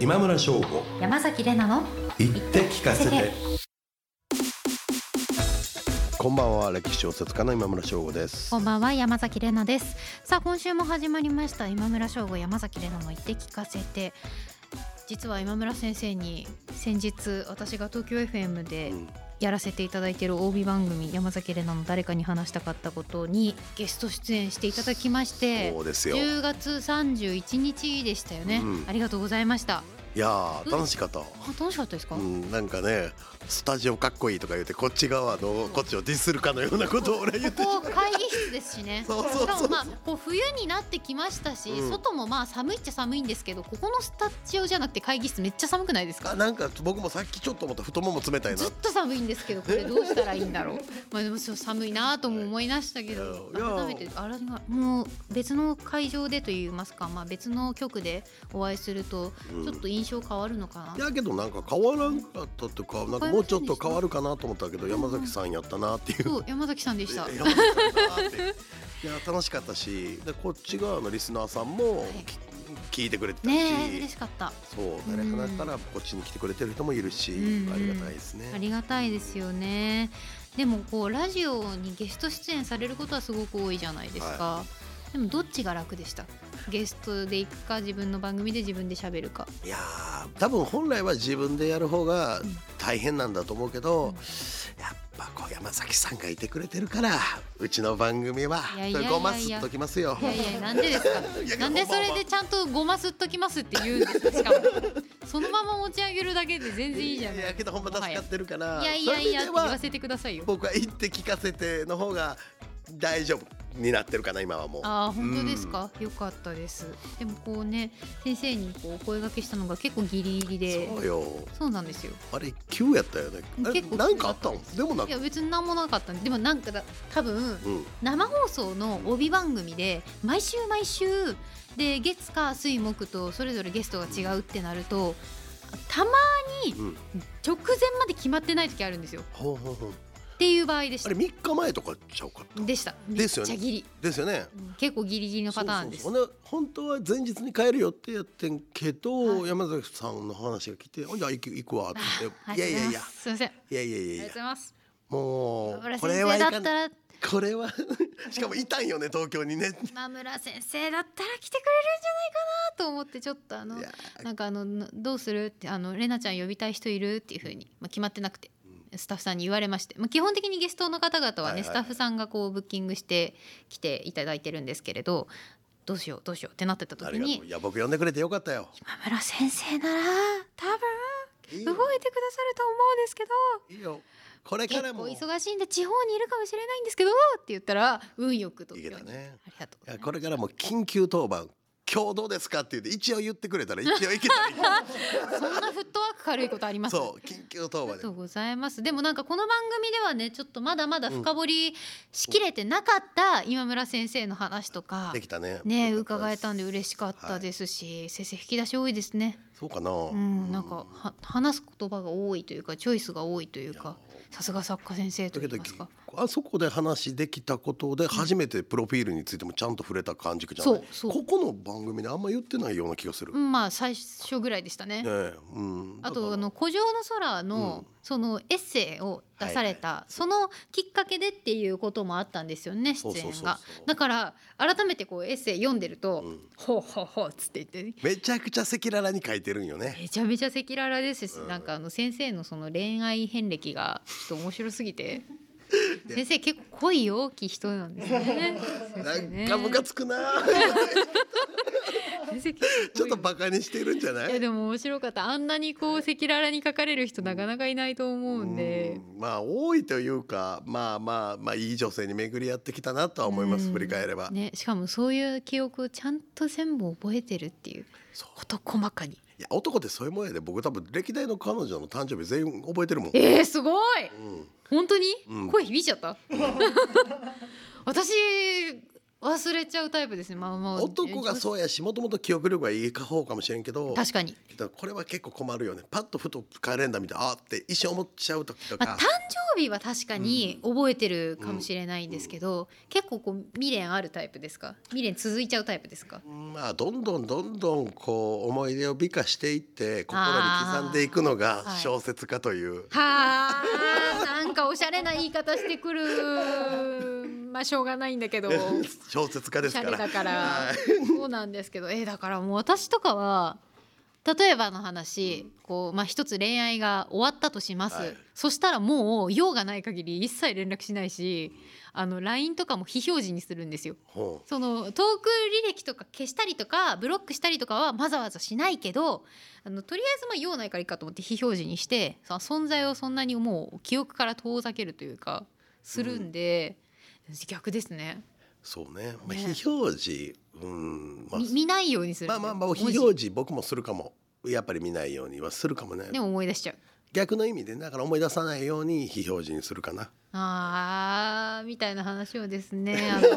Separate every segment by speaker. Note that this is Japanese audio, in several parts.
Speaker 1: 今村翔吾
Speaker 2: 山崎れなの
Speaker 1: 言って聞かせてこんばんは歴史小説家の今村翔吾です
Speaker 2: こんばんは山崎れなですさあ今週も始まりました今村翔吾山崎れなの言って聞かせて実は今村先生に先日私が東京 FM で
Speaker 1: うん
Speaker 2: やらせていただいている帯番組山崎れなの誰かに話したかったことにゲスト出演していただきまして
Speaker 1: そうですよい
Speaker 2: 10月31日でしたよね、
Speaker 1: うん
Speaker 2: ありがとうございました
Speaker 1: やー楽しかった
Speaker 2: あ楽しかったですか、
Speaker 1: うん、なんかねスタジオかっこいいとか言ってこっち側のこっちをディスるかのようなことを俺言って
Speaker 2: ここ会議室ですしね
Speaker 1: そうそうそう
Speaker 2: しかもまあこう冬になってきましたし、
Speaker 1: うん
Speaker 2: 外もまあ寒いっちゃ寒いんですけどここのスタジオじゃなくて会議室めっちゃ寒くないです
Speaker 1: あ
Speaker 2: か
Speaker 1: なんか僕もさっきちょっと思った太もも冷たいな
Speaker 2: ずっと寒いんですけどこれどうしたらいいん だろうまあでもそう寒いなとも思いましたけど
Speaker 1: いやいや
Speaker 2: 改めてあれがもう別の会場でといいますか、まあ、別の局でお会いすると
Speaker 1: うん
Speaker 2: ちょっと印象変わるのかな、
Speaker 1: いやけどなんか変わらんかったとかなんかもうちょっと変わるかなと思ったけど山崎さんやったなっていう
Speaker 2: そう山崎さんでした
Speaker 1: 山崎さんだなっていや楽しかったしでこっち側のリスナーさんも
Speaker 2: い
Speaker 1: き聞いてくれてたし、
Speaker 2: ねえ嬉しかった
Speaker 1: そう誰話からこっちに来てくれてる人もいるし、
Speaker 2: うん
Speaker 1: ありがたいですね。
Speaker 2: ありがたいですよね。でもこうラジオにゲスト出演されることはすごく多いじゃないですか。でもどっちが楽でした。ゲストで行くか自分の番組で自分で喋るか。
Speaker 1: いやー多分本来は自分でやる方が
Speaker 2: うん
Speaker 1: 大変なんだと思うけど、
Speaker 2: うん
Speaker 1: やっぱこう山崎さんがいてくれてるからうちの番組はい
Speaker 2: やいやいやいや
Speaker 1: ごますっときますよ
Speaker 2: い。やいやなんで ですか。
Speaker 1: いや
Speaker 2: なんでそれでちゃんとごますっときますって言うんですか。しかもそのまま持ち上げるだけで全然いいじゃない
Speaker 1: いや。けどほんま助かってるから
Speaker 2: いやいやいやっ
Speaker 1: そうう
Speaker 2: て言
Speaker 1: 意
Speaker 2: わ
Speaker 1: 味で
Speaker 2: せてくださいよ
Speaker 1: は。僕は言って聞かせての方が大丈夫になってるかな今はもう。
Speaker 2: ああ本当ですか、よかったですでもこうね先生にこうお声掛けしたのが結構ギリギリで
Speaker 1: そうよ
Speaker 2: そうなんですよ
Speaker 1: あれ急やったよね。あれ
Speaker 2: 結構
Speaker 1: なんかあったのでもなん
Speaker 2: い
Speaker 1: か
Speaker 2: や別に何もなかったんででもなんかだ多分
Speaker 1: うん
Speaker 2: 生放送の帯番組で毎週毎週で月火水木とそれぞれゲストが違うってなるとたま
Speaker 1: うん
Speaker 2: 直前まで決まってない時あるんですよ
Speaker 1: ほうほうほう
Speaker 2: っていう場合でし
Speaker 1: あれ
Speaker 2: た
Speaker 1: 三日前とかちゃうかった
Speaker 2: でしため
Speaker 1: で
Speaker 2: っ
Speaker 1: す
Speaker 2: ち
Speaker 1: よ
Speaker 2: ゃ
Speaker 1: ね
Speaker 2: ギリ
Speaker 1: ですよね。
Speaker 2: うん結構ギリギリのパターンです
Speaker 1: そうそうそうほんで本当は前日に帰る予定やってんけど、
Speaker 2: はい
Speaker 1: 山崎さんの話が来て「ほんじゃ行く行くわ」って言って「
Speaker 2: あ
Speaker 1: いやいやいや
Speaker 2: すいませんあ
Speaker 1: いやいやい
Speaker 2: り
Speaker 1: や
Speaker 2: が
Speaker 1: い
Speaker 2: とうござ
Speaker 1: や
Speaker 2: います
Speaker 1: もう
Speaker 2: 今村
Speaker 1: こ
Speaker 2: 先
Speaker 1: れはい
Speaker 2: 生だ
Speaker 1: か
Speaker 2: っ
Speaker 1: な
Speaker 2: た
Speaker 1: い
Speaker 2: ら
Speaker 1: これは しかもいたんよね東京にね。
Speaker 2: 今村先生だったら来てくれるんじゃないかなと思ってちょっとあの
Speaker 1: いや
Speaker 2: なんかあのなどうするってあのレナちゃん呼びたい人いるっていうふうに、まあ、決まってなくてスタッフさんに言われまして、まあ、基本的にゲストの方々はね、
Speaker 1: はいはいはい
Speaker 2: スタッフさんがこうブッキングして来ていただいてるんですけれどどうしようどうしようってなってた
Speaker 1: あ
Speaker 2: 時
Speaker 1: りがとう
Speaker 2: に
Speaker 1: いや僕呼んでくれてよかったよ。
Speaker 2: 今村先生なら多
Speaker 1: いい
Speaker 2: 分
Speaker 1: よ
Speaker 2: 動いてくださると思うんですけど
Speaker 1: いいよこれから
Speaker 2: 結構
Speaker 1: もい
Speaker 2: 忙しいんで地方にいるかもしれないんですけどって言ったら運よくと
Speaker 1: けたね。
Speaker 2: ありがとう
Speaker 1: いや
Speaker 2: ございます
Speaker 1: これからも緊急当番今日どうですかって言って一応言ってくれ たら一応行けたらいいけど
Speaker 2: そんなフットワーク軽いことあります
Speaker 1: そう緊急当
Speaker 2: あ
Speaker 1: 番
Speaker 2: りが
Speaker 1: で
Speaker 2: とうございます。でもなんかこの番組ではねちょっとまだまだ深掘りしきれてなかった今村先生の話とか
Speaker 1: できたね。
Speaker 2: ね
Speaker 1: よか
Speaker 2: 伺
Speaker 1: で
Speaker 2: え
Speaker 1: す
Speaker 2: たんで嬉しかったですし、先生引き出し多いですね。
Speaker 1: そうかな。
Speaker 2: うん、なんかは話す言葉が多いというかチョイスが多いという
Speaker 1: いや
Speaker 2: かさすが作家先生と
Speaker 1: だ
Speaker 2: 言
Speaker 1: け
Speaker 2: い
Speaker 1: ど
Speaker 2: ますか。
Speaker 1: あそこで話できたことで初めてプロフィールについてもちゃんと触れた感じじゃない、
Speaker 2: そうそう
Speaker 1: ここの番組であんま言ってないような気がする、
Speaker 2: うんまあ最初ぐらいでしたね。
Speaker 1: ねえうん、
Speaker 2: あ
Speaker 1: だか
Speaker 2: と
Speaker 1: ら
Speaker 2: あの「古城の空の」
Speaker 1: うん
Speaker 2: そのエッセイを出された、
Speaker 1: はいはい
Speaker 2: そのきっかけでっていうこともあったんですよね出
Speaker 1: そうそうそうそう
Speaker 2: 演がだから改めてこうエッセイ読んでると「
Speaker 1: うん
Speaker 2: ほうほうほう」っつって言ってね
Speaker 1: めちゃくちゃ赤裸々に書いてるんよね
Speaker 2: めちゃめちゃ赤裸々ですし、
Speaker 1: うん
Speaker 2: なんかあの先生のその恋愛遍歴がちょっと面白すぎて先生結構恋多き人なんですね。
Speaker 1: な
Speaker 2: 先生
Speaker 1: ん
Speaker 2: ね
Speaker 1: かムカつ くな
Speaker 2: 先生結構
Speaker 1: ちょっ
Speaker 2: 恋
Speaker 1: とバカにしてるんじゃない
Speaker 2: いやでも面白かったあんなにこう赤裸々に書かれる人なかなかいないと思うんで。
Speaker 1: うんまあ多いというかまあまあまあいい女性に巡り合ってきたなとは思います、
Speaker 2: うん
Speaker 1: 振り返れば、
Speaker 2: ね、しかもそういう記憶をちゃんと全部覚えてるっていう
Speaker 1: そう
Speaker 2: こと細かに
Speaker 1: いや男ってそういうもんやで僕多分歴代の彼女の誕生日全員覚えてるもん、
Speaker 2: えー、すごい
Speaker 1: うん、
Speaker 2: 本当に、
Speaker 1: うん
Speaker 2: 声響いちゃった 私忘れちゃうタイプですねまあまあ
Speaker 1: 男がそうやしもともと記憶力がいい方かもしれんけど
Speaker 2: 確かに、
Speaker 1: けどこれは結構困るよねパッとふとカレンダー見てあーって一瞬思っちゃう時と
Speaker 2: まあ、
Speaker 1: か
Speaker 2: 誕、生日は確かに覚えてるかもしれないんですけど、結構こう未練あるタイプですか未練続いちゃうタイプで すか
Speaker 1: まあどんどんどんどんこう思い出を美化していって心に刻んでいくのが
Speaker 2: あーはい
Speaker 1: 小説家という、
Speaker 2: はあなんかおしゃれな言い方してくるまあしょうがないんだけ ど
Speaker 1: 小説家で
Speaker 2: お
Speaker 1: す
Speaker 2: しゃ
Speaker 1: か
Speaker 2: れ
Speaker 1: ら
Speaker 2: だから
Speaker 1: はい
Speaker 2: そうなんですけどえーだからもう私とかは例えばの話、こうまあ一つ恋愛が終わったとします、
Speaker 1: はい
Speaker 2: そしたらもう用がない限り一切連絡しないしあの LINE とかも非表示にするんですよ。
Speaker 1: ほ
Speaker 2: そのトーク履歴とか消したりとかブロックしたりとかはわざわざしないけどあのとりあえずまあ用ないからいいかと思って非表示にしてその存在をそんなにもう記憶から遠ざけるというかするんで、逆ですね、
Speaker 1: うそうね、まあ、
Speaker 2: ね
Speaker 1: 非表示うん、まあ
Speaker 2: み、見ないようにする
Speaker 1: まあまあまあ
Speaker 2: 文字
Speaker 1: 非表示僕もするかもやっぱり見ないようにはするかもね
Speaker 2: でも思い出しちゃう
Speaker 1: 逆の意味でだから思い出さないように非表示にするかな
Speaker 2: あーみたいな話をですね あの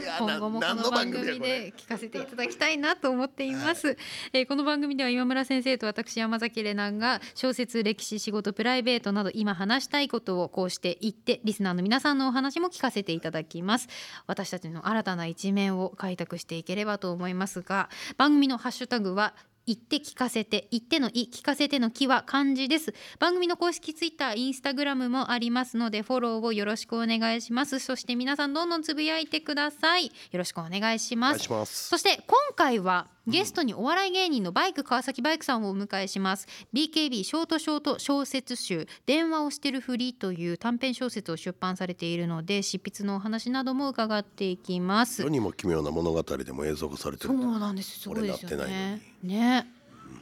Speaker 1: いや
Speaker 2: 今後もこの番組
Speaker 1: れ
Speaker 2: で聞かせていただきたいなと思っています、えーこの番組では今村先生と私山崎怜奈が小説歴史仕事プライベートなど今話したいことをこうして言ってリスナーの皆さんのお話も聞かせていただきます私たちの新たな一面を開拓していければと思いますが番組のハッシュタグは言って聞かせて言ってのい聞かせてのきは漢字です番組の公式ツイッターインスタグラムもありますのでフォローをよろしくお願いしますそして皆さんどんどんつぶやいてくださいよろしくお願いし
Speaker 1: お
Speaker 2: ま
Speaker 1: 願い
Speaker 2: す
Speaker 1: します
Speaker 2: そして今回はゲストにお笑い芸人のバイク川崎バイクさんをお迎えします BKB ショートショート小説集電話をしてるふりという短編小説を出版されているので執筆のお話なども伺っていきます
Speaker 1: 世にも奇妙な物語でも映像化されて
Speaker 2: そ
Speaker 1: る
Speaker 2: うなんですすごいですよ
Speaker 1: 俺なっ
Speaker 2: ねね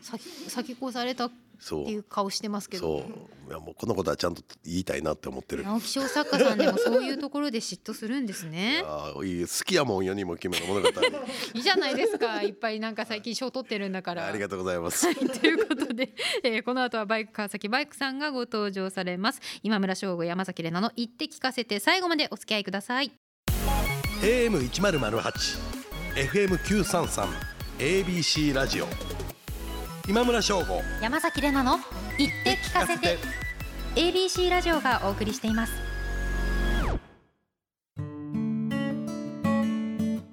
Speaker 2: 先先越されたって
Speaker 1: そう
Speaker 2: いう顔してますけど
Speaker 1: そういやもうこのことはちゃんと言いたいなって思ってる
Speaker 2: 直木賞作家さんでもそういうところで嫉妬するんですね
Speaker 1: ああいい好きやもん世にも奇妙な物語
Speaker 2: いいじゃないですかいっぱいなんか最近賞取ってるんだから
Speaker 1: ありがとうございます
Speaker 2: はい、ということで、えーこの後はバイク川崎バイクさんがご登場されます今村翔吾山崎怜奈の「言って聞かせて」最後までお付き合いください
Speaker 1: AM 一ゼロゼロ八、FM 九三三、ABC ラジオ。今村翔吾。
Speaker 2: 山崎怜奈の「言って聞かせて」ABC ラジオがお送りしています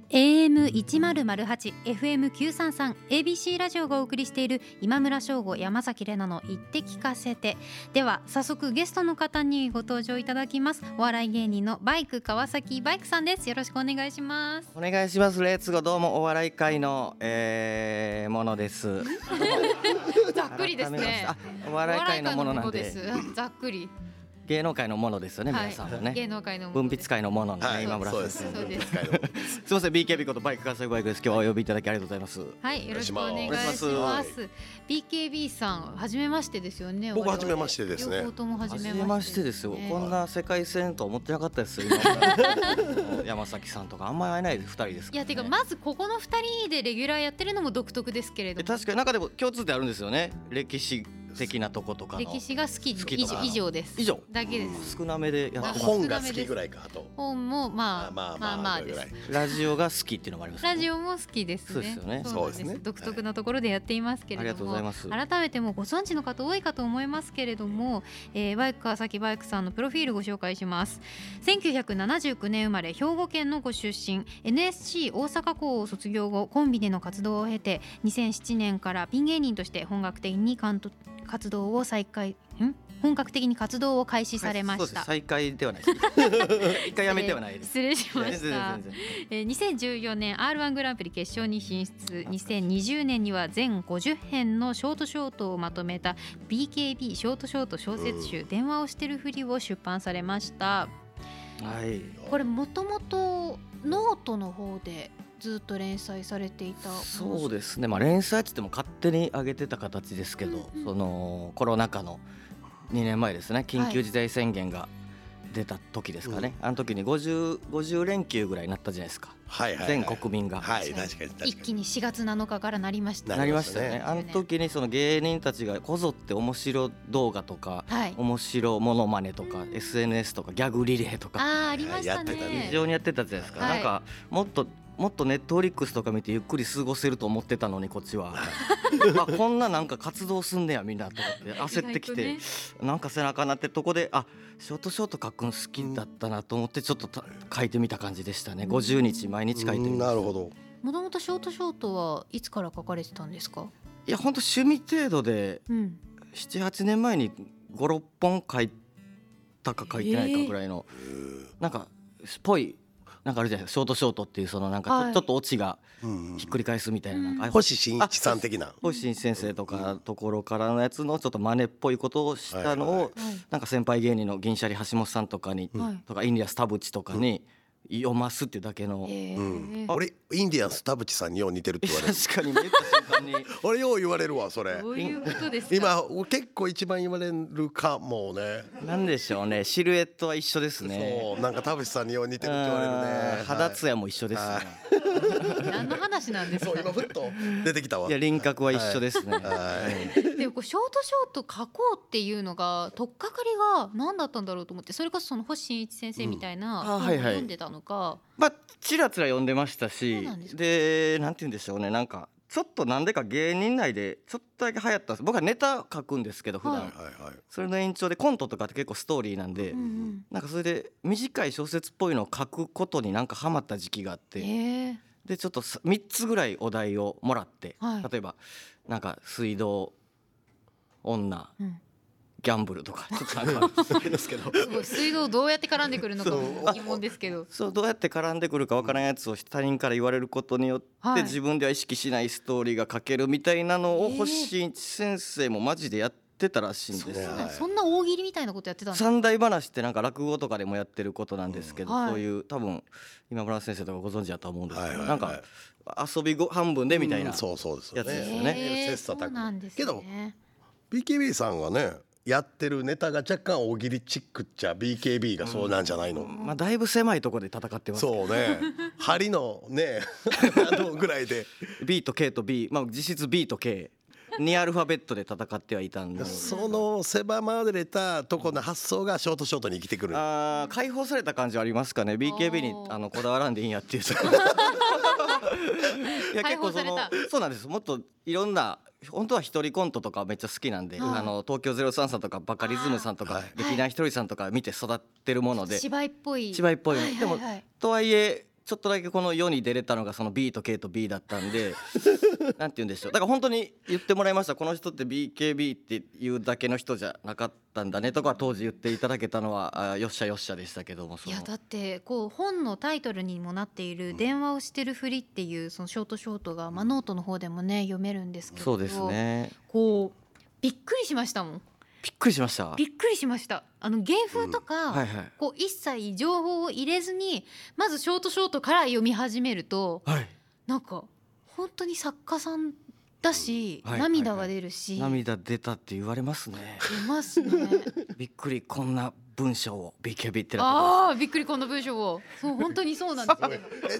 Speaker 2: AM1008、FM933、ABC ラジオがお送りしている今村翔吾、山崎怜奈の言って聞かせてでは早速ゲストの方にご登場いただきますお笑い芸人のバイク川崎バイクさんですよろしくお願いします
Speaker 3: お願いします。レッツゴーどうもお笑い界の、えー、ものです。
Speaker 2: ざっくりです
Speaker 3: 改め
Speaker 2: ね
Speaker 3: ましてあお笑い界のものなん
Speaker 2: お
Speaker 3: で
Speaker 2: 笑い界のものですざっくり
Speaker 3: 芸能界のものですよね、
Speaker 2: はい
Speaker 3: 皆さんも
Speaker 2: 芸
Speaker 3: ね。
Speaker 2: 能界のも
Speaker 3: 文
Speaker 2: の
Speaker 3: 筆
Speaker 2: です
Speaker 3: 界のもののね、
Speaker 1: はい
Speaker 3: 今村
Speaker 1: そう
Speaker 3: さ
Speaker 1: で
Speaker 3: ん。
Speaker 1: す
Speaker 3: す
Speaker 1: 界
Speaker 2: そうです
Speaker 3: みません BKB ことバイク関西バイクです。今日はお呼びいただきありがとうございます。
Speaker 2: はい、よろしくお願いし
Speaker 3: お願
Speaker 2: ま
Speaker 3: い
Speaker 2: す。
Speaker 3: します
Speaker 2: BKB さん、初めましてですよね。
Speaker 1: 僕
Speaker 2: 我々
Speaker 1: 初めましてですね
Speaker 2: 両方とも初
Speaker 3: 初
Speaker 2: め
Speaker 3: めま
Speaker 2: ま
Speaker 3: し
Speaker 2: して
Speaker 3: てですよ。
Speaker 2: ね
Speaker 3: こんな世界線とは思ってなかったですよ。 今山崎さんとかあんまり会えない二人です
Speaker 2: い
Speaker 3: から、ね。
Speaker 2: やてかまずここの二人でレギュラーやってるのも独特ですけれ
Speaker 3: え
Speaker 2: ども、
Speaker 3: 確かに中でも共通点あるんですよね。歴史的なとことかの。
Speaker 2: 歴史が好き
Speaker 3: 好き
Speaker 2: 以
Speaker 3: とか
Speaker 2: 上
Speaker 3: の
Speaker 2: 以上です。
Speaker 3: 以上
Speaker 2: だけです。
Speaker 3: 少なめでやってます。
Speaker 1: 本が好きぐらいかと。
Speaker 2: 本もまあま
Speaker 1: ま
Speaker 2: あ
Speaker 1: あ
Speaker 2: ま
Speaker 1: ま
Speaker 2: あ
Speaker 1: あ
Speaker 2: で
Speaker 1: ぐら
Speaker 2: す
Speaker 1: い。。
Speaker 3: ラジオが好きっていうのもあります、
Speaker 2: ラジオも好きです
Speaker 3: そう
Speaker 2: ね。
Speaker 3: ですよね
Speaker 2: なん
Speaker 1: そうですね
Speaker 2: 独特なところでやっていますけれども、
Speaker 3: ありがとうございます
Speaker 2: 改めてもうご存知の方多いかと思いますけれども、えー、バイク川崎バイクさんのプロフィールご紹介します1979年生まれ兵庫県のご出身 NSC 大阪校を卒業後コンビでの活動を経て2007年からピン芸人として本格的に関東活動を再開ん本格的に活動を開始されま
Speaker 3: そう
Speaker 2: し
Speaker 3: です
Speaker 2: た、
Speaker 3: 再開で はないです。一回やめてはないです。
Speaker 2: 失礼しま
Speaker 3: 全
Speaker 2: し
Speaker 3: 然
Speaker 2: た
Speaker 3: 全然
Speaker 2: えー2014年 R1 グランプリ決勝に進出2020年には全50編のショートショートをまとめた BKB ショートショート小説集「電話をしてるふり」を出版されました
Speaker 3: はい。
Speaker 2: これもともとノートの方でずっと連載されていた
Speaker 3: そうですね。まあ連載って言っても勝手に上げてた形ですけど、
Speaker 2: うんうん
Speaker 3: そのコロナ禍の2年前ですね。緊急事態宣言が出た時ですかね。あの時に50 50連休ぐらいになったじゃないですか。
Speaker 1: はいはい、はい、
Speaker 3: 全国民が。
Speaker 1: はい
Speaker 2: 確かに
Speaker 1: 確かに確かに
Speaker 2: 一気に4月7日からなりました
Speaker 3: なりましたよね
Speaker 1: な
Speaker 3: あの時にその芸人たちがこぞって面白動画とか
Speaker 2: はい
Speaker 3: 面白モノマネとか SNS とかギャグリレーとか
Speaker 2: あーありましたね
Speaker 1: やってたね
Speaker 3: 非常にやってたじゃないですか、
Speaker 2: はい
Speaker 3: なんかもっともっとネットフリックスとか見てゆっくり過ごせると思ってたのにこっ ちはあこんななんか活動すんねやみんなと 思って焦ってきて、
Speaker 2: 意外
Speaker 3: なんか背中なってとこであショートショート書くの好きだったなと思ってちょっとた書いてみた感じでしたね50日毎日書いてみ
Speaker 1: な
Speaker 3: ました
Speaker 1: るほど
Speaker 2: とねもともとショートショートはいつから書かれてたんですか
Speaker 3: いやほんと趣味程度で
Speaker 2: うん
Speaker 3: 78年前に56本書いたか書いてないかぐらいの、なんかっぽいなんかあるじゃないですかショートショートっていうそのなんかちょ,、
Speaker 2: はい
Speaker 3: ちょっとオチが
Speaker 1: うん
Speaker 3: ひっくり返すみたいななんかあれ
Speaker 1: 星新一さん的な
Speaker 3: 星新先生とかところからのやつのちょっと真似っぽいことをしたのを、
Speaker 1: はいはいは
Speaker 3: なんか先輩芸人の銀シャリ橋本さんとかに、
Speaker 2: はい
Speaker 3: とかインディアス田淵とかに読ますっていうだけの、
Speaker 2: え
Speaker 1: うん
Speaker 2: ー、
Speaker 1: 俺インディアンス田淵さんによう似てるって言われ る
Speaker 3: 確かに見た瞬間に
Speaker 1: 俺よう言われるわそれ
Speaker 2: どういうことですか
Speaker 1: 今結構一番言われるかもね
Speaker 3: 何でしょうねシルエットは一緒ですね。
Speaker 1: そうなんか田淵さんによう似て
Speaker 3: う
Speaker 1: るって言われるね
Speaker 3: ん肌ツヤも一緒ですね。
Speaker 1: はい
Speaker 2: 何の話なんです
Speaker 1: そう今
Speaker 2: か
Speaker 1: ふっと出てきたわ
Speaker 3: いや輪郭は一緒ですね。
Speaker 1: はい
Speaker 2: でもこうショートショート書こうっていうのが取っかかりが何だったんだろうと思ってそれこそその星新一先生みたいな
Speaker 3: うん
Speaker 2: 本
Speaker 3: あ
Speaker 2: を
Speaker 3: はいはい
Speaker 2: 読んでたのか、
Speaker 3: まあちらつら読んでました
Speaker 2: そう
Speaker 3: し
Speaker 2: なんですか
Speaker 3: でなんて言うんでしょうねなんかちょっとなんでか芸人内でちょっとだけ流行ったんです僕はネタ書くんですけど普段、
Speaker 2: は
Speaker 1: はいはい
Speaker 3: それの延長でコントとかって結構ストーリーなんで、
Speaker 2: うんうん
Speaker 3: なんかそれで短い小説っぽいのを書くことになんかハマった時期があって、
Speaker 2: えー
Speaker 3: でちょっと3つぐらいお題をもらって、
Speaker 2: はい
Speaker 3: 例えばなんか水道女
Speaker 2: うん
Speaker 3: ギャンブル とかちょっとなんか
Speaker 1: ですけど
Speaker 2: すごい水道どうやって絡んでくるのかも疑問ですけど
Speaker 3: そうどうやって絡んでくるかわからんやつを他人から言われることによって、
Speaker 2: はい
Speaker 3: 自分では意識しないストーリーが書けるみたいなのを
Speaker 2: えー
Speaker 3: 星新一先生もマジでやってたらしいんです
Speaker 1: そう
Speaker 3: よ
Speaker 1: なん。
Speaker 2: そんな大喜利みたいなことやってたんですか
Speaker 3: 三大話ってなんか落語とかでもやってることなんですけど、
Speaker 2: うんはい
Speaker 3: そういう多分今村先生とかご存知だと思うんですけど、
Speaker 1: はいはいはい
Speaker 3: なんか遊びご半分でみたいな、
Speaker 1: うんそうそうです
Speaker 3: やつですよ
Speaker 2: え
Speaker 1: ね
Speaker 2: ー
Speaker 1: 切磋琢磨
Speaker 2: そうなんですね
Speaker 1: けど BKB さんがねやってるネタが若干大喜利チックっちゃ BKB がそうなんじゃないの、
Speaker 3: まあ、だいぶ狭いところで戦ってます
Speaker 1: そうね針の ねあのぐらいで
Speaker 3: B と K と B、まあ、実質 B と K2 アルファベットで戦ってはいたんで
Speaker 1: その狭まれたとこの発想がショートショートに生きてくる
Speaker 3: あー解放された感じはありますかね BKB に
Speaker 2: おー
Speaker 3: あのこだわらんでいいんやっていう いや
Speaker 2: 解
Speaker 3: 結
Speaker 2: 放
Speaker 3: 構
Speaker 2: さ
Speaker 3: そ
Speaker 2: れ
Speaker 3: の
Speaker 2: た
Speaker 3: そうなんですもっといろんな本当は一人コントとかめっちゃ好きなんで、
Speaker 2: はい
Speaker 3: あの東京03さんとかバカリズムさんと
Speaker 1: あ
Speaker 3: か
Speaker 1: ー
Speaker 3: 劇団ひとりさんとか見て育ってるもので、
Speaker 2: 芝居っぽい
Speaker 3: 芝居っぽい
Speaker 2: はいはいはい
Speaker 3: とはいえちょっとだけこの世に出れたのがその B と K と B だった んでなんて言うんでしょうだから本当に言ってもらいましたこの人って BKB っていうだけの人じゃなかったんだねとか当時言っていただけたのはあーよっしゃよっしゃでしたけどもそ
Speaker 2: い
Speaker 3: の
Speaker 2: やだってこう本のタイトルにもなっている「電話をしてるふり」っていうそのショートショートが、まあ、ノートの方でもね読めるんですけど
Speaker 3: そうですね
Speaker 2: こうびっくりしましたもん
Speaker 3: びっくりしました
Speaker 2: びっくりしましたあの芸風とか、
Speaker 3: はいはい
Speaker 2: こう一切情報を入れずにまずショートショートから読み始めると
Speaker 3: はい
Speaker 2: なんか本当に作家さんだし、
Speaker 3: はい
Speaker 2: 涙が出るし、
Speaker 3: 涙出たって言わ れますね
Speaker 2: 出ますね。
Speaker 3: びっくりこんな文章を BKB ってなっ
Speaker 2: ああびっくりこの文章をそう本当にそうなん ですよ。
Speaker 1: えっ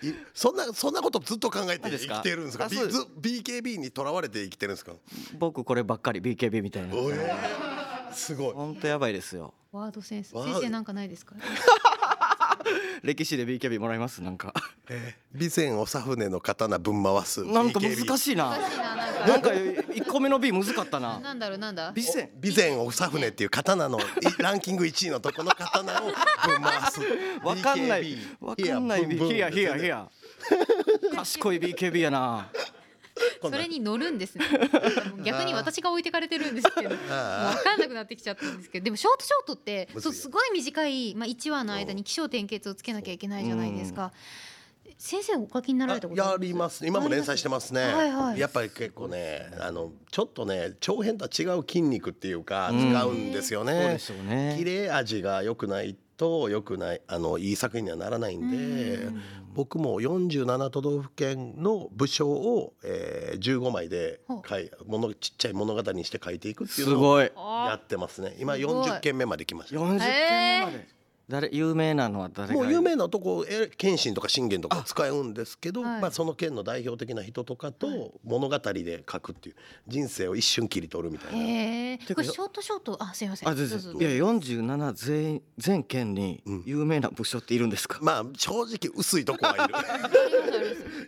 Speaker 1: ていそんなそんなことずっと考えて
Speaker 3: そ
Speaker 1: 生
Speaker 3: うですか
Speaker 1: きてるんですか
Speaker 3: あそうです
Speaker 1: ビず BKB にとらわれて生きてるんですか
Speaker 3: てる僕こればっかり BKB みたいな
Speaker 1: おえすごい
Speaker 3: 本当やばいですよ
Speaker 2: ワードセンス
Speaker 1: ワード
Speaker 2: 先生なんかないですか。
Speaker 3: 歴史で BKB もらいますなん か
Speaker 1: 備前長船の刀ぶん回す
Speaker 3: なんか難
Speaker 1: い
Speaker 3: しいな
Speaker 2: おかしいななん
Speaker 3: な
Speaker 2: か
Speaker 3: んか一個目の B むずかった
Speaker 2: な
Speaker 3: なん
Speaker 2: だろうなんだ。
Speaker 3: 備前
Speaker 1: 備前長船っていう刀のいランキング1位のとこの刀をぶん回す
Speaker 3: わかんない
Speaker 1: BKB
Speaker 3: わかんない
Speaker 1: いやブンブ
Speaker 3: B
Speaker 1: ン
Speaker 3: ヒヤヒヤヒヤ賢い BKB やな
Speaker 2: それに乗るん ですね。もう逆に私が置いてかれてるんですけど、もう
Speaker 1: あ
Speaker 2: 分かんなくなってきちゃったんですけど、でもショートショートって
Speaker 1: むずい
Speaker 2: そう
Speaker 1: よ
Speaker 2: すごい短いまあ一話の間に起承転結をつけなきゃいけないじゃないですか。先生お書きになられたこと
Speaker 1: やります今も連載して
Speaker 2: ま
Speaker 1: ますね、
Speaker 2: はいはい
Speaker 1: やっぱり結構ねあのちょっとね長編とは違う筋肉っていうか
Speaker 3: うん
Speaker 1: 違うんですよ
Speaker 3: そう
Speaker 1: ね
Speaker 3: でしょう
Speaker 1: 切
Speaker 3: ね
Speaker 1: れ味が良くないと良くないあのいい作品にはならないんで
Speaker 2: うん
Speaker 1: 僕も47都道府県の武将を、えー、15枚で書いものちっちゃい物語にして書いていくってい
Speaker 3: す
Speaker 1: うのを
Speaker 3: ごい
Speaker 2: あ
Speaker 1: や
Speaker 2: あ
Speaker 1: ってますね今
Speaker 2: すごい
Speaker 1: 40件目まで来ました
Speaker 3: 40件目まで誰有名なのは誰が
Speaker 1: もう有名なとこえ謙信とか信玄とか使うんですけど
Speaker 2: はい
Speaker 1: まあ、その県の代表的な人とかと物語で書くっていう人生を一瞬切り取るみたいな。
Speaker 2: へえ。
Speaker 3: て
Speaker 2: こ
Speaker 3: か
Speaker 2: れショートショートあすいません。
Speaker 3: あ全
Speaker 2: どう
Speaker 3: 然
Speaker 2: ぞ
Speaker 3: いや47全員全県に有名な部署っているんですか、
Speaker 1: まあ正直薄いとこはいる
Speaker 2: ありますあります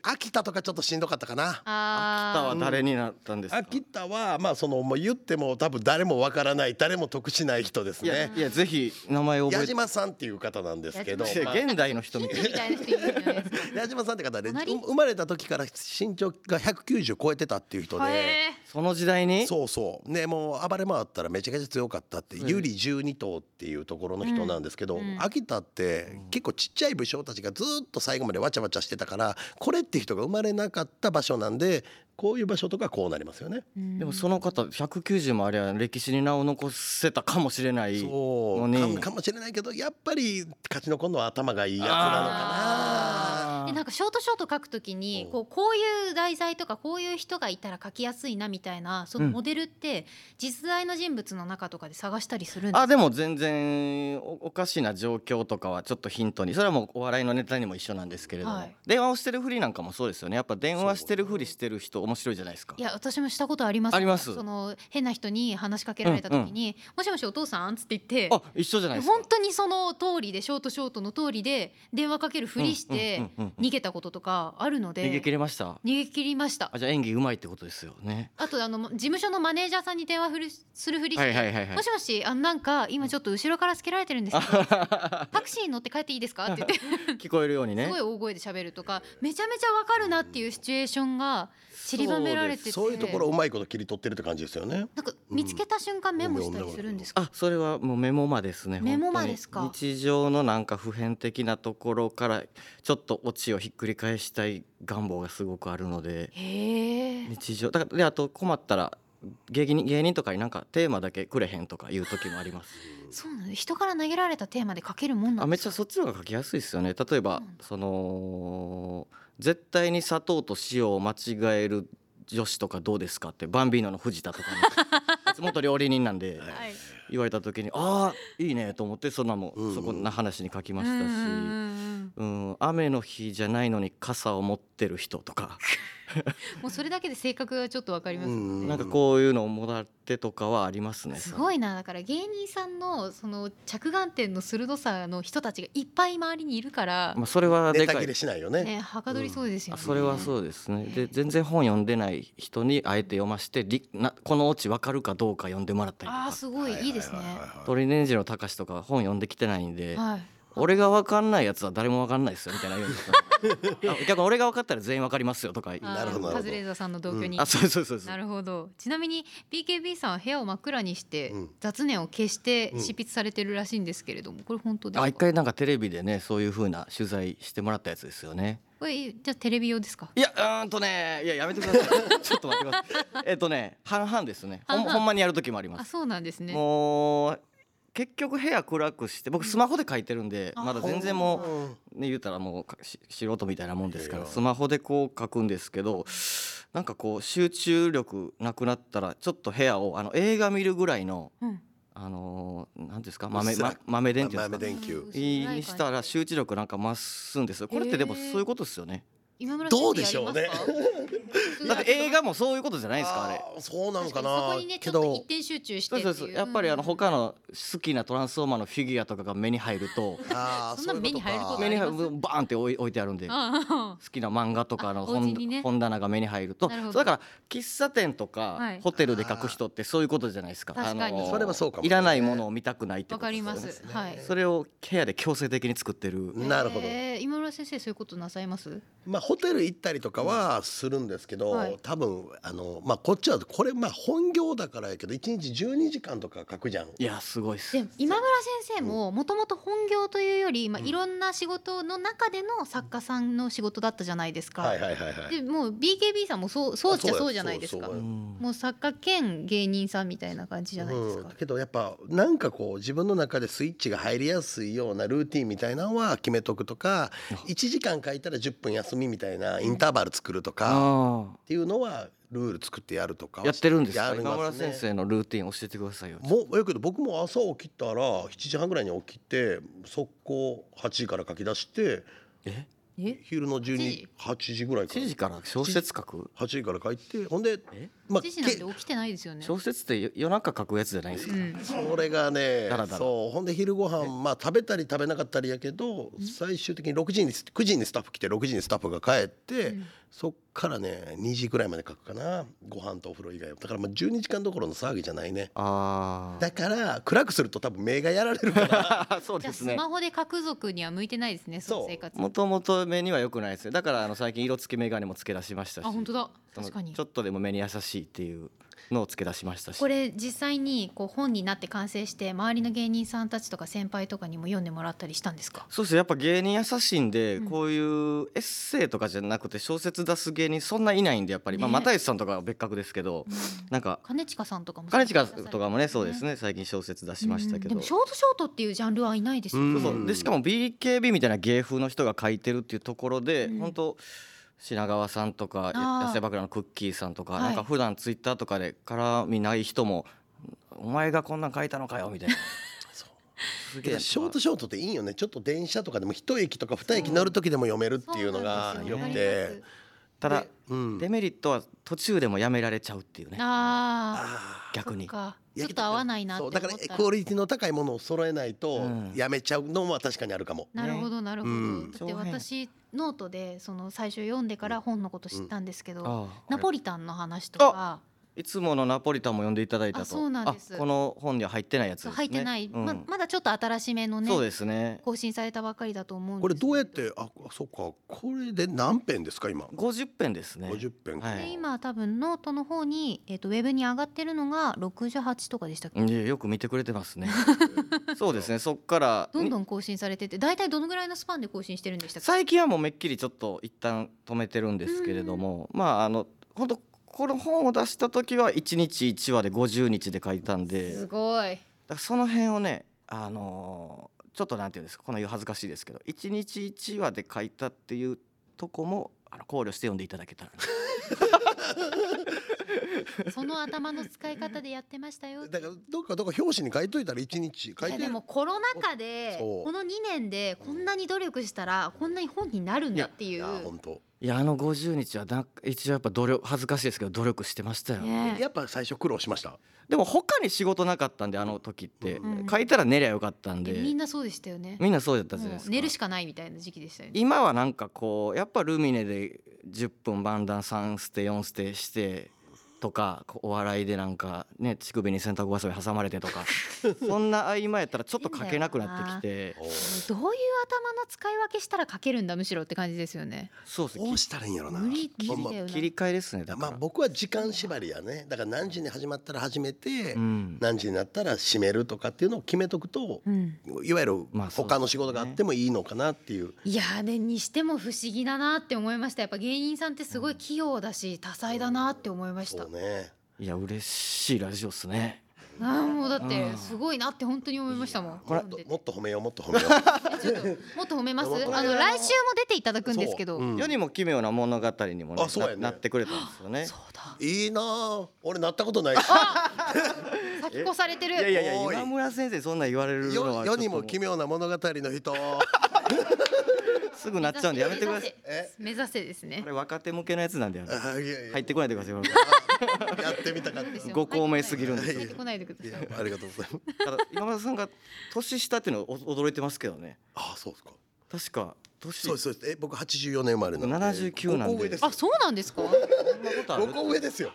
Speaker 1: 秋田とかちょっとしんどかったかな
Speaker 2: あ
Speaker 3: 北は
Speaker 2: ー
Speaker 3: 誰になったんですか、
Speaker 1: 秋田はまあそのもう言っても多分誰もわからない誰も得しない人です
Speaker 3: いや
Speaker 1: ね
Speaker 3: いやぜひ名前を覚
Speaker 1: 矢
Speaker 3: えて
Speaker 1: 島さんっていう方なんですけど
Speaker 2: 矢島
Speaker 1: まあ
Speaker 3: 現代の人みたいな
Speaker 2: みたいな人いるじゃないですか。
Speaker 1: 矢島さんって方で
Speaker 2: 隣
Speaker 1: 生まれた時から身長が190超えてたっていう人で。
Speaker 2: へ
Speaker 3: その時代に
Speaker 1: そうそうねもう暴れ回ったらめちゃくちゃ強かったって
Speaker 3: うん
Speaker 1: 有利12頭っていうところの人なんですけど、
Speaker 2: うんうん
Speaker 1: 秋田って結構ちっちゃい武将たちがずーっと最後までわちゃわちゃしてたからこれって人が生まれなかった場所なんでこういう場所とかこうなりますよね。
Speaker 2: え。
Speaker 3: でもその方190もありゃ歴史に名を残せたかもしれない
Speaker 1: そ
Speaker 3: の
Speaker 1: う
Speaker 3: に
Speaker 1: かかもしれないけどやっぱり勝ち残るのは頭がいいやつなのか
Speaker 2: でなんかショートショート書くときに
Speaker 1: うん
Speaker 2: こうこういう題材とかこういう人がいたら書きやすいなみたいなその
Speaker 3: うん
Speaker 2: モデルって実在の人物の中とかで探したりするんです
Speaker 3: あ
Speaker 2: か
Speaker 3: でも全然おおかしな状況とかはちょっとヒントにそれはもうお笑いのネタにも一緒なんですけれども、
Speaker 2: はい
Speaker 3: 電話をしてるふりなんかもそうですよねやっぱ電話してるふりしてる人面白いじゃないですか
Speaker 2: いや私もしたことあります
Speaker 3: あります
Speaker 2: その変な人に話しかけられたときに「もしもしお父さん?」っつって言って
Speaker 3: あ一緒じゃないですか
Speaker 2: 本当にその通りでショートショートの通りで電話かけるふりして
Speaker 3: うんうんうんうん
Speaker 2: 逃げたこととかあるので
Speaker 3: 逃げ切れました
Speaker 2: 逃げ切りました
Speaker 3: あじゃあ演技うまいってことですよね
Speaker 2: あとあの事務所のマネージャーさんに電話ふるするふりして、
Speaker 3: はいはいはいはい
Speaker 2: もしもしあのなんか今ちょっと後ろからつけられてるんですけどタクシーに乗って帰っていいですかって言って
Speaker 3: 聞こえるように ね
Speaker 2: すごい大声で喋るとかめちゃめちゃわかるなっていうシチュエーションが散りばめられて
Speaker 1: な
Speaker 2: て
Speaker 1: そういうところをうまいこと切り取ってるって感じですよね。
Speaker 2: なんか見つけた瞬間メモしたりするんですか、
Speaker 3: あそれはもうメモマですね
Speaker 2: メモマ
Speaker 3: 本当に
Speaker 2: ですか
Speaker 3: 日常のなんか普遍的なところからちょっとオチをひっくり返したい願望がすごくあるので
Speaker 2: へえ
Speaker 3: 日常だからであと困ったら芸人芸人とかになんかテーマだけくれへんとかいう時もあります
Speaker 2: そうなの人から投げられたテーマで書けるもんな
Speaker 3: あ
Speaker 2: ん
Speaker 3: め
Speaker 2: で
Speaker 3: っち
Speaker 2: す
Speaker 3: ゃそっちの方が書きやすいですよね例えば
Speaker 2: うん
Speaker 3: その絶対に砂糖と塩を間違える女子とかどうですかってバンビーノの藤田とか の元料理人なんで
Speaker 2: かはい
Speaker 3: 言われた時にああいいねと思ってそんなも
Speaker 1: うんうん
Speaker 3: そこんな話に書きまし
Speaker 2: うん
Speaker 3: た
Speaker 2: う
Speaker 3: し。
Speaker 2: んうん
Speaker 3: うん、雨の日じゃないのに傘を持ってる人とか、
Speaker 2: うんもうそれだけで性格がちょっとわかりま
Speaker 1: う
Speaker 2: すも
Speaker 1: ん
Speaker 2: んね
Speaker 3: なんかこういうのをもらってとかはありますね。
Speaker 2: すごいなだから芸人さんのその着眼点の鋭さの人たちがいっぱい周りにいるから、
Speaker 3: まあ、それはで
Speaker 1: ネタ
Speaker 3: か
Speaker 1: 切
Speaker 3: い
Speaker 1: れ。しないよね。
Speaker 2: ねはかどりそうですよ
Speaker 3: あ
Speaker 2: ね、
Speaker 3: それはそうですね。で、全然本読んでない人にあえて読まして、り、な、このオチわかるかどうか読んでもらったりと
Speaker 2: あー
Speaker 3: か。
Speaker 2: すごいいいですね
Speaker 1: はははは
Speaker 3: 鳥年次郎隆とか本読んできてないんで、
Speaker 2: はい
Speaker 3: 俺がわかんないやつは誰もわかんないですよみたいな言うんですよあ逆に俺がわかったら全員わかりますよとか言う。
Speaker 2: あー
Speaker 1: なるほどなるほど
Speaker 2: カズレーザーさんの同居に、
Speaker 3: あ、そうそうそうそう
Speaker 2: な。るほどちなみに BKB さんは部屋を真っ暗にして
Speaker 1: うん
Speaker 2: 雑念を消して
Speaker 1: うん
Speaker 2: 執筆されてるらしいんですけれどもこれ本当です
Speaker 3: あ、
Speaker 2: か
Speaker 3: 一回なんかテレビでね、そういう風な取材してもらったやつですよね。
Speaker 2: これじゃあテレビ用ですか
Speaker 3: いや、うーんとね、いや、やめてくださ い。ちょっと待ってください。えっとね、半々ですね。ほん
Speaker 2: 半々
Speaker 3: ほんまにやる時もありま
Speaker 2: あ
Speaker 3: す。
Speaker 2: そうなんですね
Speaker 3: もう。結局部屋暗くして僕スマホで書いてるんで
Speaker 2: あ
Speaker 3: まだ全然も
Speaker 1: う
Speaker 3: う、ね、言うたらもうかし素人みたいなもんですか
Speaker 1: い
Speaker 3: ら
Speaker 1: や
Speaker 3: スマホでこう書くんですけどなんかこう集中力なくなったらちょっと部屋をあの映画見るぐらいの
Speaker 2: うん
Speaker 3: あのーなんですか
Speaker 1: うっ
Speaker 3: 豆
Speaker 1: すら
Speaker 3: ま豆電っていうん
Speaker 1: 豆
Speaker 3: ですか
Speaker 1: 電球
Speaker 3: いいにしたら集中力なんか増すんですよこれってでもそういうことですよね
Speaker 2: 今村
Speaker 1: どうでしょうね
Speaker 2: 先生やりますか
Speaker 3: だって映画もそういうことじゃないですかあれ
Speaker 1: あーそうなの
Speaker 2: 確か
Speaker 1: か
Speaker 2: に
Speaker 1: な
Speaker 2: そこにねち
Speaker 1: け
Speaker 2: ょっと
Speaker 1: ど
Speaker 2: 一点集中して
Speaker 3: そう
Speaker 2: ってい
Speaker 3: そう
Speaker 2: う
Speaker 3: そうやっぱりあ
Speaker 2: う
Speaker 3: の
Speaker 2: ん
Speaker 3: 他の好きなトランスフォーマーのフィギュアとかが目に入る と
Speaker 1: あー
Speaker 2: そんな
Speaker 1: ういう
Speaker 2: 目に入ること
Speaker 3: 目
Speaker 2: ない
Speaker 3: に
Speaker 2: あ
Speaker 3: 入
Speaker 2: ります
Speaker 3: るバーンって置い置いてあるんで好
Speaker 2: あ
Speaker 3: きな漫画とかの
Speaker 2: あ
Speaker 3: 本
Speaker 2: お家にね
Speaker 3: 本棚が目に入ると
Speaker 2: なるほど
Speaker 3: そうだから喫茶店とか
Speaker 2: はい
Speaker 3: ホテルで書く人ってそういうことじゃないですか
Speaker 2: 確かに
Speaker 3: あのー
Speaker 1: それはそうかもね
Speaker 3: いらないものを見たくないっ
Speaker 2: あ
Speaker 3: て
Speaker 2: わ
Speaker 3: こと
Speaker 2: か
Speaker 3: です
Speaker 2: り
Speaker 3: よね
Speaker 2: ますはい
Speaker 3: それを部屋で強制的に作ってる
Speaker 1: なるほど
Speaker 2: えー今村先生そういうことなさいます
Speaker 1: まあホテル行ったりとかはするんですけど、
Speaker 2: はい
Speaker 1: 多分あのまあこっちはこれまあ本業だからやけど一日12時間とか書くじゃん。
Speaker 3: いやすごいっす
Speaker 2: でも今村先生ももともと本業というより、まあ、いろんな仕事の中での作家さんの仕事だったじゃないですか、
Speaker 1: はいはいはいはい。
Speaker 2: でもう BKB さんもそうそうっち
Speaker 1: あそう
Speaker 2: ゃ
Speaker 1: だ
Speaker 2: そうじゃないですか
Speaker 1: そうそう
Speaker 3: うん
Speaker 2: もう作家兼芸人さんみたいな感じじゃないです
Speaker 1: う
Speaker 2: か、
Speaker 1: ん、だけどやっぱなんかこう自分の中でスイッチが入りやすいようなルーティンみたいなのは決めとくとか1時間書いたら10分休みみたいなインターバル作るとかっ
Speaker 3: あ
Speaker 1: ていうのはルール作ってやるとかは
Speaker 3: やってるんです
Speaker 1: や
Speaker 3: か
Speaker 1: り
Speaker 3: 今
Speaker 1: ま
Speaker 3: 村
Speaker 1: すね
Speaker 3: 先生のルーティン教えてくださいよ
Speaker 1: もうやけど僕も朝起きたら7時半ぐらいに起きて速攻8時から書き出して
Speaker 3: え
Speaker 2: え
Speaker 1: 昼の
Speaker 2: 8
Speaker 1: 128
Speaker 2: 時
Speaker 1: 時ぐらいから
Speaker 3: 1時から小説書く
Speaker 1: 8時から書いてほんで
Speaker 3: え
Speaker 1: まあ
Speaker 2: 知事なん
Speaker 1: け
Speaker 2: て起きてないですよね。
Speaker 3: 小説って夜夜中書くやつじゃないんです
Speaker 2: う
Speaker 3: か、
Speaker 2: ん、
Speaker 1: それがね
Speaker 3: だらだら
Speaker 1: そうほんで昼ご飯まあ食べたり食べなかったりやけど最終的に6時に9時にスタッフ来て6時にスタッフが帰って、
Speaker 2: うん
Speaker 1: そっからね2時ぐらいまで書くかなご飯とお風呂以外はだからまあ12時間どころの騒ぎじゃないね
Speaker 3: あ
Speaker 1: だから暗くすると多分目がやられ るから
Speaker 3: あそう
Speaker 2: じ
Speaker 3: で
Speaker 2: ゃあ
Speaker 3: す
Speaker 2: ス
Speaker 3: ね
Speaker 2: マホで核族には向いてないですね。そ
Speaker 1: そうう
Speaker 2: 生活。
Speaker 3: もともと目には良くないですねだからあの最近色付き眼鏡もつけ出しましたし
Speaker 2: あ本当だ。
Speaker 3: その
Speaker 2: 確かに
Speaker 3: ちょ。っとでも目に優しいっていうのをつけ出しましたし
Speaker 2: これ実際にこう本になって完成して周りの芸人さんたちとか先輩とかにも読んでもらったりしたんですか。
Speaker 3: そうですねやっぱ芸人優しいんで、
Speaker 2: うん
Speaker 3: こういうエッセイとかじゃなくて小説出す芸人そんないないんでやっぱり、まあ
Speaker 2: ね
Speaker 3: 又吉さんとかは別格ですけど、なんか
Speaker 2: 金近さんとかも。
Speaker 3: 兼近とかもねそうです
Speaker 2: ね。
Speaker 3: ね最近小説出しまし
Speaker 2: う
Speaker 3: たけ
Speaker 2: んで
Speaker 3: ど、
Speaker 2: もショートショートっていうジャンルはいないですよね。
Speaker 1: うん
Speaker 3: そうそうでしかも BKB みたいな芸風の人が書いてるっていうところで、
Speaker 2: うん
Speaker 3: 本当品川さんとか
Speaker 2: あー
Speaker 3: や痩せばくらのクッキーさんとか、
Speaker 2: はい
Speaker 3: なんか普段ツイッターとかで絡みない人も「お前がこんなん書いたのか よ」みたいな。
Speaker 1: そう
Speaker 3: すげえ
Speaker 1: ショートショートっていいよねちょっと電車とかでも一駅とか二駅乗る時でも読めるっていうのが
Speaker 2: そ
Speaker 1: よ
Speaker 2: な
Speaker 1: く
Speaker 2: んです
Speaker 1: て
Speaker 2: よ。
Speaker 3: ただ
Speaker 1: うん
Speaker 3: デメリットは途中でもやめられちゃうっていうね
Speaker 2: ああ。
Speaker 1: あ
Speaker 3: 逆に
Speaker 2: そっかちょっと合わないなって
Speaker 1: そ
Speaker 2: 思っ
Speaker 1: う
Speaker 2: た
Speaker 1: だ
Speaker 2: ら
Speaker 1: からクオリティの高いものを揃えないと
Speaker 3: うん
Speaker 1: やめちゃうのは確かにあるかも。
Speaker 2: なるほどなるほど、
Speaker 1: うん
Speaker 2: だって私ノートでその最初読んでから本のこと知ったんですけど、
Speaker 3: ああ
Speaker 2: ナポリタンの話とか
Speaker 3: いつものナポリタンも呼んでいただいたと
Speaker 2: あそうなんです
Speaker 3: あこの本には入ってないやつです
Speaker 2: そう
Speaker 3: ね
Speaker 2: 入ってない、
Speaker 3: うん
Speaker 2: ままだちょっと新しめの
Speaker 3: そう
Speaker 2: ね
Speaker 3: ですね
Speaker 2: 更新されたばかりだと思うんです
Speaker 1: これどうやっ
Speaker 2: け
Speaker 1: てあそっかこれで何編ですか今
Speaker 3: 50編ですね
Speaker 1: 50編か
Speaker 3: は。
Speaker 2: で
Speaker 3: い
Speaker 2: 今多分ノートの方に、えっとウェブに上がってるのが68とかでしたっけ、
Speaker 3: いやよく見てくれてます ねそうですねそっから
Speaker 2: どんど
Speaker 3: ん
Speaker 2: ん更新されてて大体どのぐらいのスパンで更新してるんでしたっけ
Speaker 3: 最近はもうめっきりちょっと一旦止めてるんですけれどもまああの本当この本を出した時は1日1話で50日で書いたんです
Speaker 2: ごい
Speaker 3: だからその辺をねあのーちょっとなんていうんですかこの言う恥ずかしいですけど一日一話で書いたっていうとこもあの考慮して読んでいただけたら
Speaker 2: その頭の使い方でやってましたよ
Speaker 1: だからどっかどっか表紙に書いといたら一日書い
Speaker 2: いや
Speaker 1: て
Speaker 2: でもコロナ禍で
Speaker 1: そう
Speaker 2: この2年でこんなに努力したらこんなに本になるんだって
Speaker 1: い
Speaker 2: いう
Speaker 1: や本当。
Speaker 3: いやあの50日はなんか一応やっぱ努力恥ずかしいですけど努力してましたよ、
Speaker 2: ね
Speaker 1: やっぱ最初苦労しました。
Speaker 3: でも他に仕事なかったんであの時って、
Speaker 2: うん
Speaker 3: 書いたら寝りゃよかったんで
Speaker 2: みんなそうでしたよね
Speaker 3: みんなそうだったじゃない
Speaker 2: も
Speaker 3: です
Speaker 2: う
Speaker 3: か
Speaker 2: 寝るしかないみたいな時期でしたよね
Speaker 3: 今はなんかこうやっぱルミネで10分漫談3ステ4ステしてとかこうお笑いでなんかね乳首に洗濯ばさみ挟まれてと かそんな合間やったらちょっと書けなくなってきて
Speaker 2: どういう頭の使い分けしたら書けるんだむしろって感じですよね
Speaker 3: そうです
Speaker 1: ど
Speaker 3: ね
Speaker 1: うしたらいいんやろな。
Speaker 2: 無理
Speaker 1: ほ
Speaker 2: 無
Speaker 1: んま
Speaker 2: 理だよな
Speaker 3: 切り替えですねだか
Speaker 1: ま
Speaker 3: ら、
Speaker 1: あ僕は時間縛りやね。だから何時に始まったら始めて
Speaker 3: う、ん、
Speaker 1: 何時になったら閉めるとかっていうのを決めとくと、
Speaker 2: うん、
Speaker 1: いわゆる
Speaker 3: まあそうですね
Speaker 1: 他の仕事があってもいいのかなっていう。
Speaker 2: いやーねにしても不思議だなって思いましたやっぱ芸人さんってすごい器用だし多彩だなって思いました、
Speaker 1: そうね。
Speaker 3: いや嬉しいラジオっすね
Speaker 2: あーもうだっ
Speaker 3: う
Speaker 2: て
Speaker 3: ん
Speaker 2: すごいなって本当に思いましたもん
Speaker 1: も
Speaker 2: 読
Speaker 1: っ
Speaker 2: ん
Speaker 1: と
Speaker 2: でて
Speaker 1: もっと褒めようもっと褒め よ
Speaker 2: ちょっともっと褒めます
Speaker 1: いやもっと
Speaker 2: あの来週も出ていただくんですけど
Speaker 1: そううん
Speaker 3: 世にも奇妙な物語にも、ね
Speaker 1: あそうやね
Speaker 3: ななってくれたんですよね
Speaker 2: そうだ
Speaker 1: う。いいなあ。俺なったことないし。
Speaker 2: 先越されてる
Speaker 3: いやいやいや
Speaker 1: おい
Speaker 3: 今村先生そんなん言われるの
Speaker 1: 世
Speaker 3: は
Speaker 1: 世にも
Speaker 3: ち
Speaker 1: 奇
Speaker 3: ょっ
Speaker 1: 妙な物語の人。
Speaker 3: とすぐなっちゃうんでやめてください
Speaker 1: え
Speaker 2: 目指せですね
Speaker 3: これ若手向けのやつなんだよね
Speaker 1: あいやいや
Speaker 3: 入ってこないでください
Speaker 1: やってみたかった。
Speaker 2: ですよ
Speaker 3: ご高名すぎるんです
Speaker 2: 入ってこないでくだ
Speaker 1: いや
Speaker 2: さい
Speaker 1: ありがとうございます。
Speaker 3: ただ今村さんが年下っていうのを驚いてますけどね
Speaker 1: あそうですか。
Speaker 3: 確か年
Speaker 1: そうですそうです。え僕八十四年生まれなので。
Speaker 3: 79なんで
Speaker 1: 五個上です。
Speaker 2: あそうなんですか
Speaker 3: そんなことある
Speaker 1: 五個上ですよ。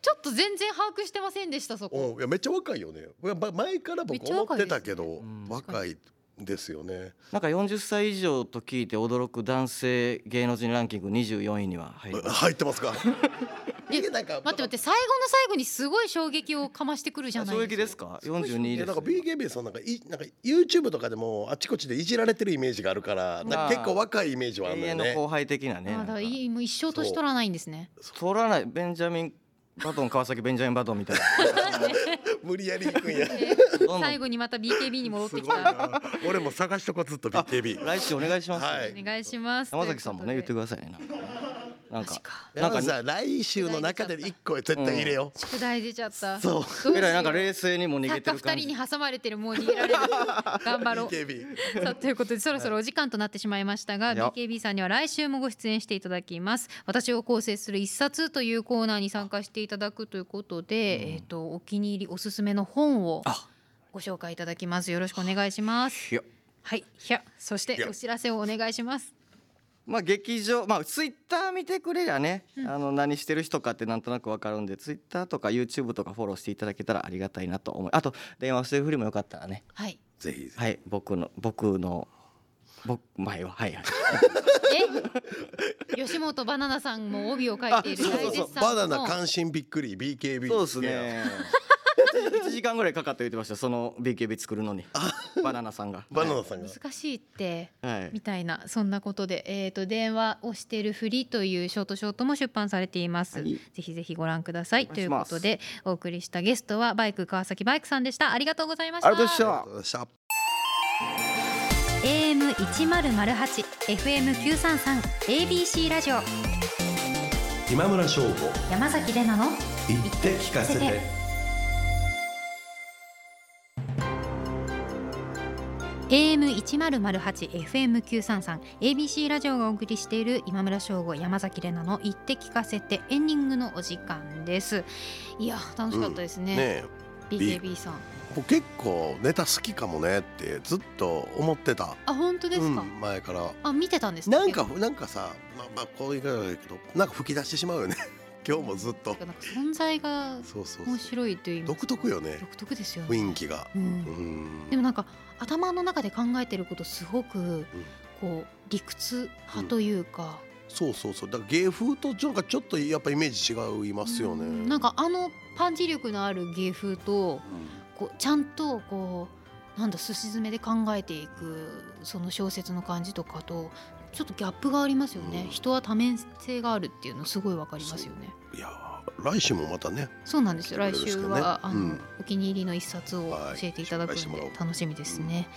Speaker 2: ちょっと全然把握してませんでしたそこ
Speaker 1: うんいやめっちゃ若いよね。いやば前から
Speaker 2: めっ
Speaker 1: 僕
Speaker 2: ちゃ
Speaker 1: 思っ
Speaker 2: 若いですね
Speaker 1: てたけど
Speaker 3: うん
Speaker 1: 若いですよね。
Speaker 3: なんか40歳以上と聞いて驚く男性芸能人ランキング24位には入ります
Speaker 1: 入ってます か。
Speaker 2: え
Speaker 1: いやなんか
Speaker 2: 待って待って最後の最後にすごい衝撃をかましてくるじゃない
Speaker 3: 衝撃ですすか42位
Speaker 1: い
Speaker 3: で
Speaker 1: や
Speaker 3: す
Speaker 1: なんか BKB さんなんかいなんか YouTube とかでもあちこちでいじられてるイメージがあるから、なんか結構若いイメージはあるのよ
Speaker 3: 永遠の
Speaker 1: ね。
Speaker 3: 後輩的なね
Speaker 2: か
Speaker 3: な
Speaker 2: あだ
Speaker 3: ん
Speaker 2: から
Speaker 3: か
Speaker 2: いいもう一生年取らないんですね
Speaker 3: 取らないベンジャミンバトン川崎ベンジャミンバトンみたいな
Speaker 1: 無理やり行くん や。
Speaker 3: どんどん
Speaker 2: 最後にまた BKB に戻っ
Speaker 1: す
Speaker 2: てき
Speaker 1: ごい
Speaker 2: た
Speaker 1: な。俺も探しとこうずっと BKB。
Speaker 3: 来週お願いします、
Speaker 1: はい
Speaker 2: お願いします
Speaker 3: 山崎さんもね言って
Speaker 2: く
Speaker 3: くださいねな
Speaker 2: マ
Speaker 3: んかなんか
Speaker 2: ジか
Speaker 3: なんか
Speaker 1: 山さ来週の中で一個絶対入れよ
Speaker 2: 宿題出ちゃった
Speaker 1: う。そう。
Speaker 2: どう
Speaker 3: え
Speaker 2: しよ
Speaker 3: らいうなんか冷静にも逃げてる
Speaker 2: 作家
Speaker 3: 感
Speaker 2: 二
Speaker 3: じ
Speaker 2: 人に挟まれてるもう逃げら れる頑張ろう
Speaker 1: BKB
Speaker 2: さあということでそろそろお時間となってしまいましたが
Speaker 3: よ
Speaker 2: BKB さんには来週もご出演していただきます私を構成する一冊というコーナーに参加していただくということで、えっ、とお気に入りおすすめの本を
Speaker 3: あ
Speaker 2: ご紹介いただきますよろしくお願いします
Speaker 3: いや
Speaker 2: はいひゃそしてお知らせをお願いします
Speaker 3: まあ劇場まあツイッター見てくれりゃね、
Speaker 2: うん
Speaker 3: あの何してる人かってなんとなくわかるんでツイッターとか YouTube とかフォローしていただけたらありがたいなと思いあと電話してるふりもよかったらね
Speaker 2: はい
Speaker 1: ぜひぜひ。
Speaker 3: はい僕の僕の僕前ははいはい
Speaker 2: え 吉本バナナさんも帯を書いている
Speaker 3: あそうそ
Speaker 2: 大
Speaker 3: う
Speaker 2: 絶
Speaker 3: そう
Speaker 2: 賛
Speaker 1: バナナ
Speaker 2: の
Speaker 1: 関心びっくり BKB。
Speaker 3: そうです。ね1時間ぐらいかかって言ってましたその BKB 作るのにバナナさんが
Speaker 1: バナナさんが。
Speaker 2: 難しいって
Speaker 3: はい
Speaker 2: みたいなそんなことで、えー、と電話をしてるふりというショートショートも出版されています、
Speaker 3: はい
Speaker 2: ぜひぜひご覧ください
Speaker 3: お願
Speaker 2: と
Speaker 3: い
Speaker 2: い
Speaker 3: し
Speaker 2: う
Speaker 3: ま
Speaker 2: こ
Speaker 3: す
Speaker 2: とでお送りしたゲストはバイク川崎バイクさんでしたありがとうございました
Speaker 3: ありがとうございました
Speaker 1: よっしゃ
Speaker 2: AM 一ゼロゼロ八 FM 九三三 ABC ラジオ
Speaker 1: 今村翔吾
Speaker 2: 山崎れなの
Speaker 1: 言って聞か
Speaker 2: せて AM 一ゼロゼロ八 FM 九三三 ABC ラジオがお送りしている今村翔吾山崎れなの言って聞かせてエンディングのお時間ですいや楽しかったです
Speaker 1: ね
Speaker 2: ね,、
Speaker 1: え
Speaker 2: BKB さん
Speaker 1: 僕結構ネタ好きかもねってずっと思ってた。
Speaker 2: あ本当ですか、
Speaker 1: うん、前から。
Speaker 2: あ見てたんです
Speaker 1: なんかなんかさ、まあまあこういう感じだけど、なんか吹き出してしまうよね。 今日もずっと
Speaker 2: なん。か存在が
Speaker 1: そうそうそう
Speaker 2: 面白いという意味
Speaker 1: 独特よね。
Speaker 2: 独特ですよね
Speaker 1: 雰囲気が。
Speaker 2: う、
Speaker 1: うんん
Speaker 2: で。もなんか頭の中で考えてることすごくこう理屈派というか、
Speaker 1: そうそうそう。だから芸風となんかちょっとやっぱイメージ違いますよ
Speaker 2: う
Speaker 1: ね。
Speaker 2: んなんかあのパンチ力のある芸風とこうちゃんとこうなんだすし詰めで考えていくその小説の感じとかとちょっとギャップがありますよね、
Speaker 1: うん
Speaker 2: 人は多面性があるっていうのすごいわかりますよね
Speaker 1: いやー、来週もまたね。
Speaker 2: そうなんですよ来週
Speaker 1: そうですか
Speaker 2: は、
Speaker 1: ね
Speaker 2: あの
Speaker 1: うん
Speaker 2: お気に入りの一冊を教えていただく
Speaker 1: はい紹介して
Speaker 2: の
Speaker 1: も
Speaker 2: で
Speaker 1: らおう
Speaker 2: 楽しみですね、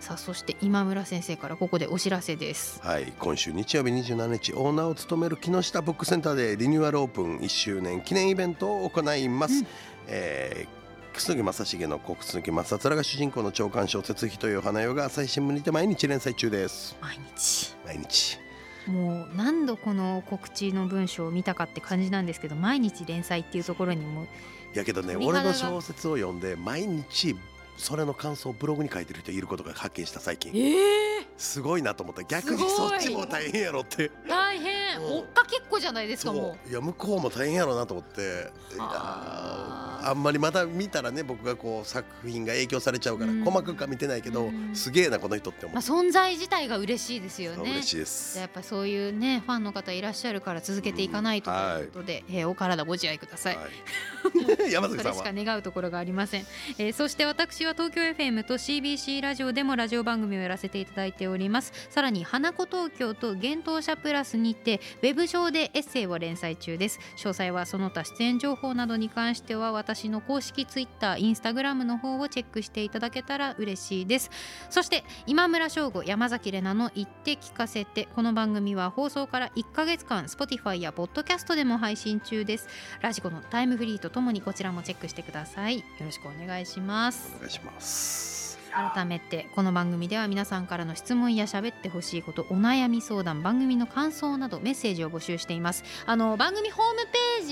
Speaker 2: さあそして今村先生からここでお知らせです
Speaker 1: はい、今週日曜日27日オーナーを務める木下ブックセンターでリニューアルオープン1周年記念イベントを行います。
Speaker 2: うん
Speaker 1: えー楠木正成の国楠木正面が主人公の長官小説「日という花よ」が朝日新聞にて毎日連載中です
Speaker 2: 毎日
Speaker 1: 毎日
Speaker 2: もう何度この告知の文章を見たかって感じなんですけど毎日連載っていうところにも
Speaker 1: やけどね
Speaker 2: 鳥肌
Speaker 1: 俺
Speaker 2: が
Speaker 1: の小説を読んで毎日それの感想をブログに書いてる人いることが発見した最近
Speaker 2: え
Speaker 1: すごいなと思った逆
Speaker 2: す
Speaker 1: に
Speaker 2: ご
Speaker 1: そ
Speaker 2: い
Speaker 1: っちも大変やろって
Speaker 2: 大
Speaker 1: う
Speaker 2: 変
Speaker 1: ん
Speaker 2: 追っかけっこじゃないですかも
Speaker 1: そういや向こうも大変やろうなと思っていや
Speaker 2: あー
Speaker 1: ーあんまりまた見たらね僕がこう作品が影響されちゃうから
Speaker 2: うん
Speaker 1: 細かくは見てないけ
Speaker 2: う
Speaker 1: ど
Speaker 2: ん
Speaker 1: すげえなこの人って
Speaker 2: う、
Speaker 1: 思
Speaker 2: まあ、
Speaker 1: って
Speaker 2: 存在自体が嬉しいですよね
Speaker 1: 嬉しいです
Speaker 2: やっぱそういうねファンの方いらっしゃるから続けていかないとということで、えーお体ご自愛ください
Speaker 1: はい 山崎さ
Speaker 2: それ
Speaker 1: ん
Speaker 2: し
Speaker 1: は
Speaker 2: か願うところがありません、えーそして私は東京 FM と CBC ラジオでもラジオ番組をやらせていただいておりますさらに花子東京と幻冬舎プラスにてウェブ上でエッセイを連載中です詳細はその他出演情報などに関しては私の公式 Twitter、Instagram の方をチェックしていただけたら嬉しいですそして今村翔吾山崎怜奈の言って聞かせてこの番組は放送から1ヶ月間 Spotify や Podcast でも配信中ですラジコのタイムフリーとともにこちらもチェックしてくださいよろしくお願いします
Speaker 1: お願いします
Speaker 2: 改めてこの番組では皆さんからの質問や喋ってほしいことお悩み相談番組の感想などメッセージを募集していますあの番組ホームペー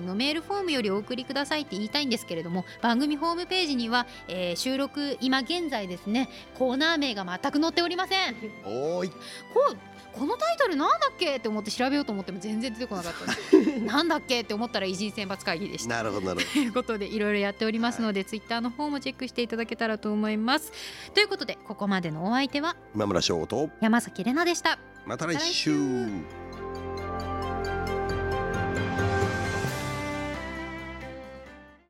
Speaker 2: ジのメールフォームよりお送りくださいって言いたいんですけれども番組ホームページには、えー収録今現在ですねコーナー名が全く載っておりません
Speaker 1: おーい
Speaker 2: ここのタイトルなんだっけって思って調べようと思っても全然出てこなかったんでなんだっけって思ったら偉人選抜会議でした
Speaker 1: なるほどなるほ
Speaker 2: ということでいろいろやっておりますので、ツイッターの方もチェックしていただけたらと思いますということでここまでのお相手は
Speaker 1: ど今村翔吾と
Speaker 2: 山崎れなでした
Speaker 1: また来
Speaker 2: また
Speaker 1: 週
Speaker 2: 来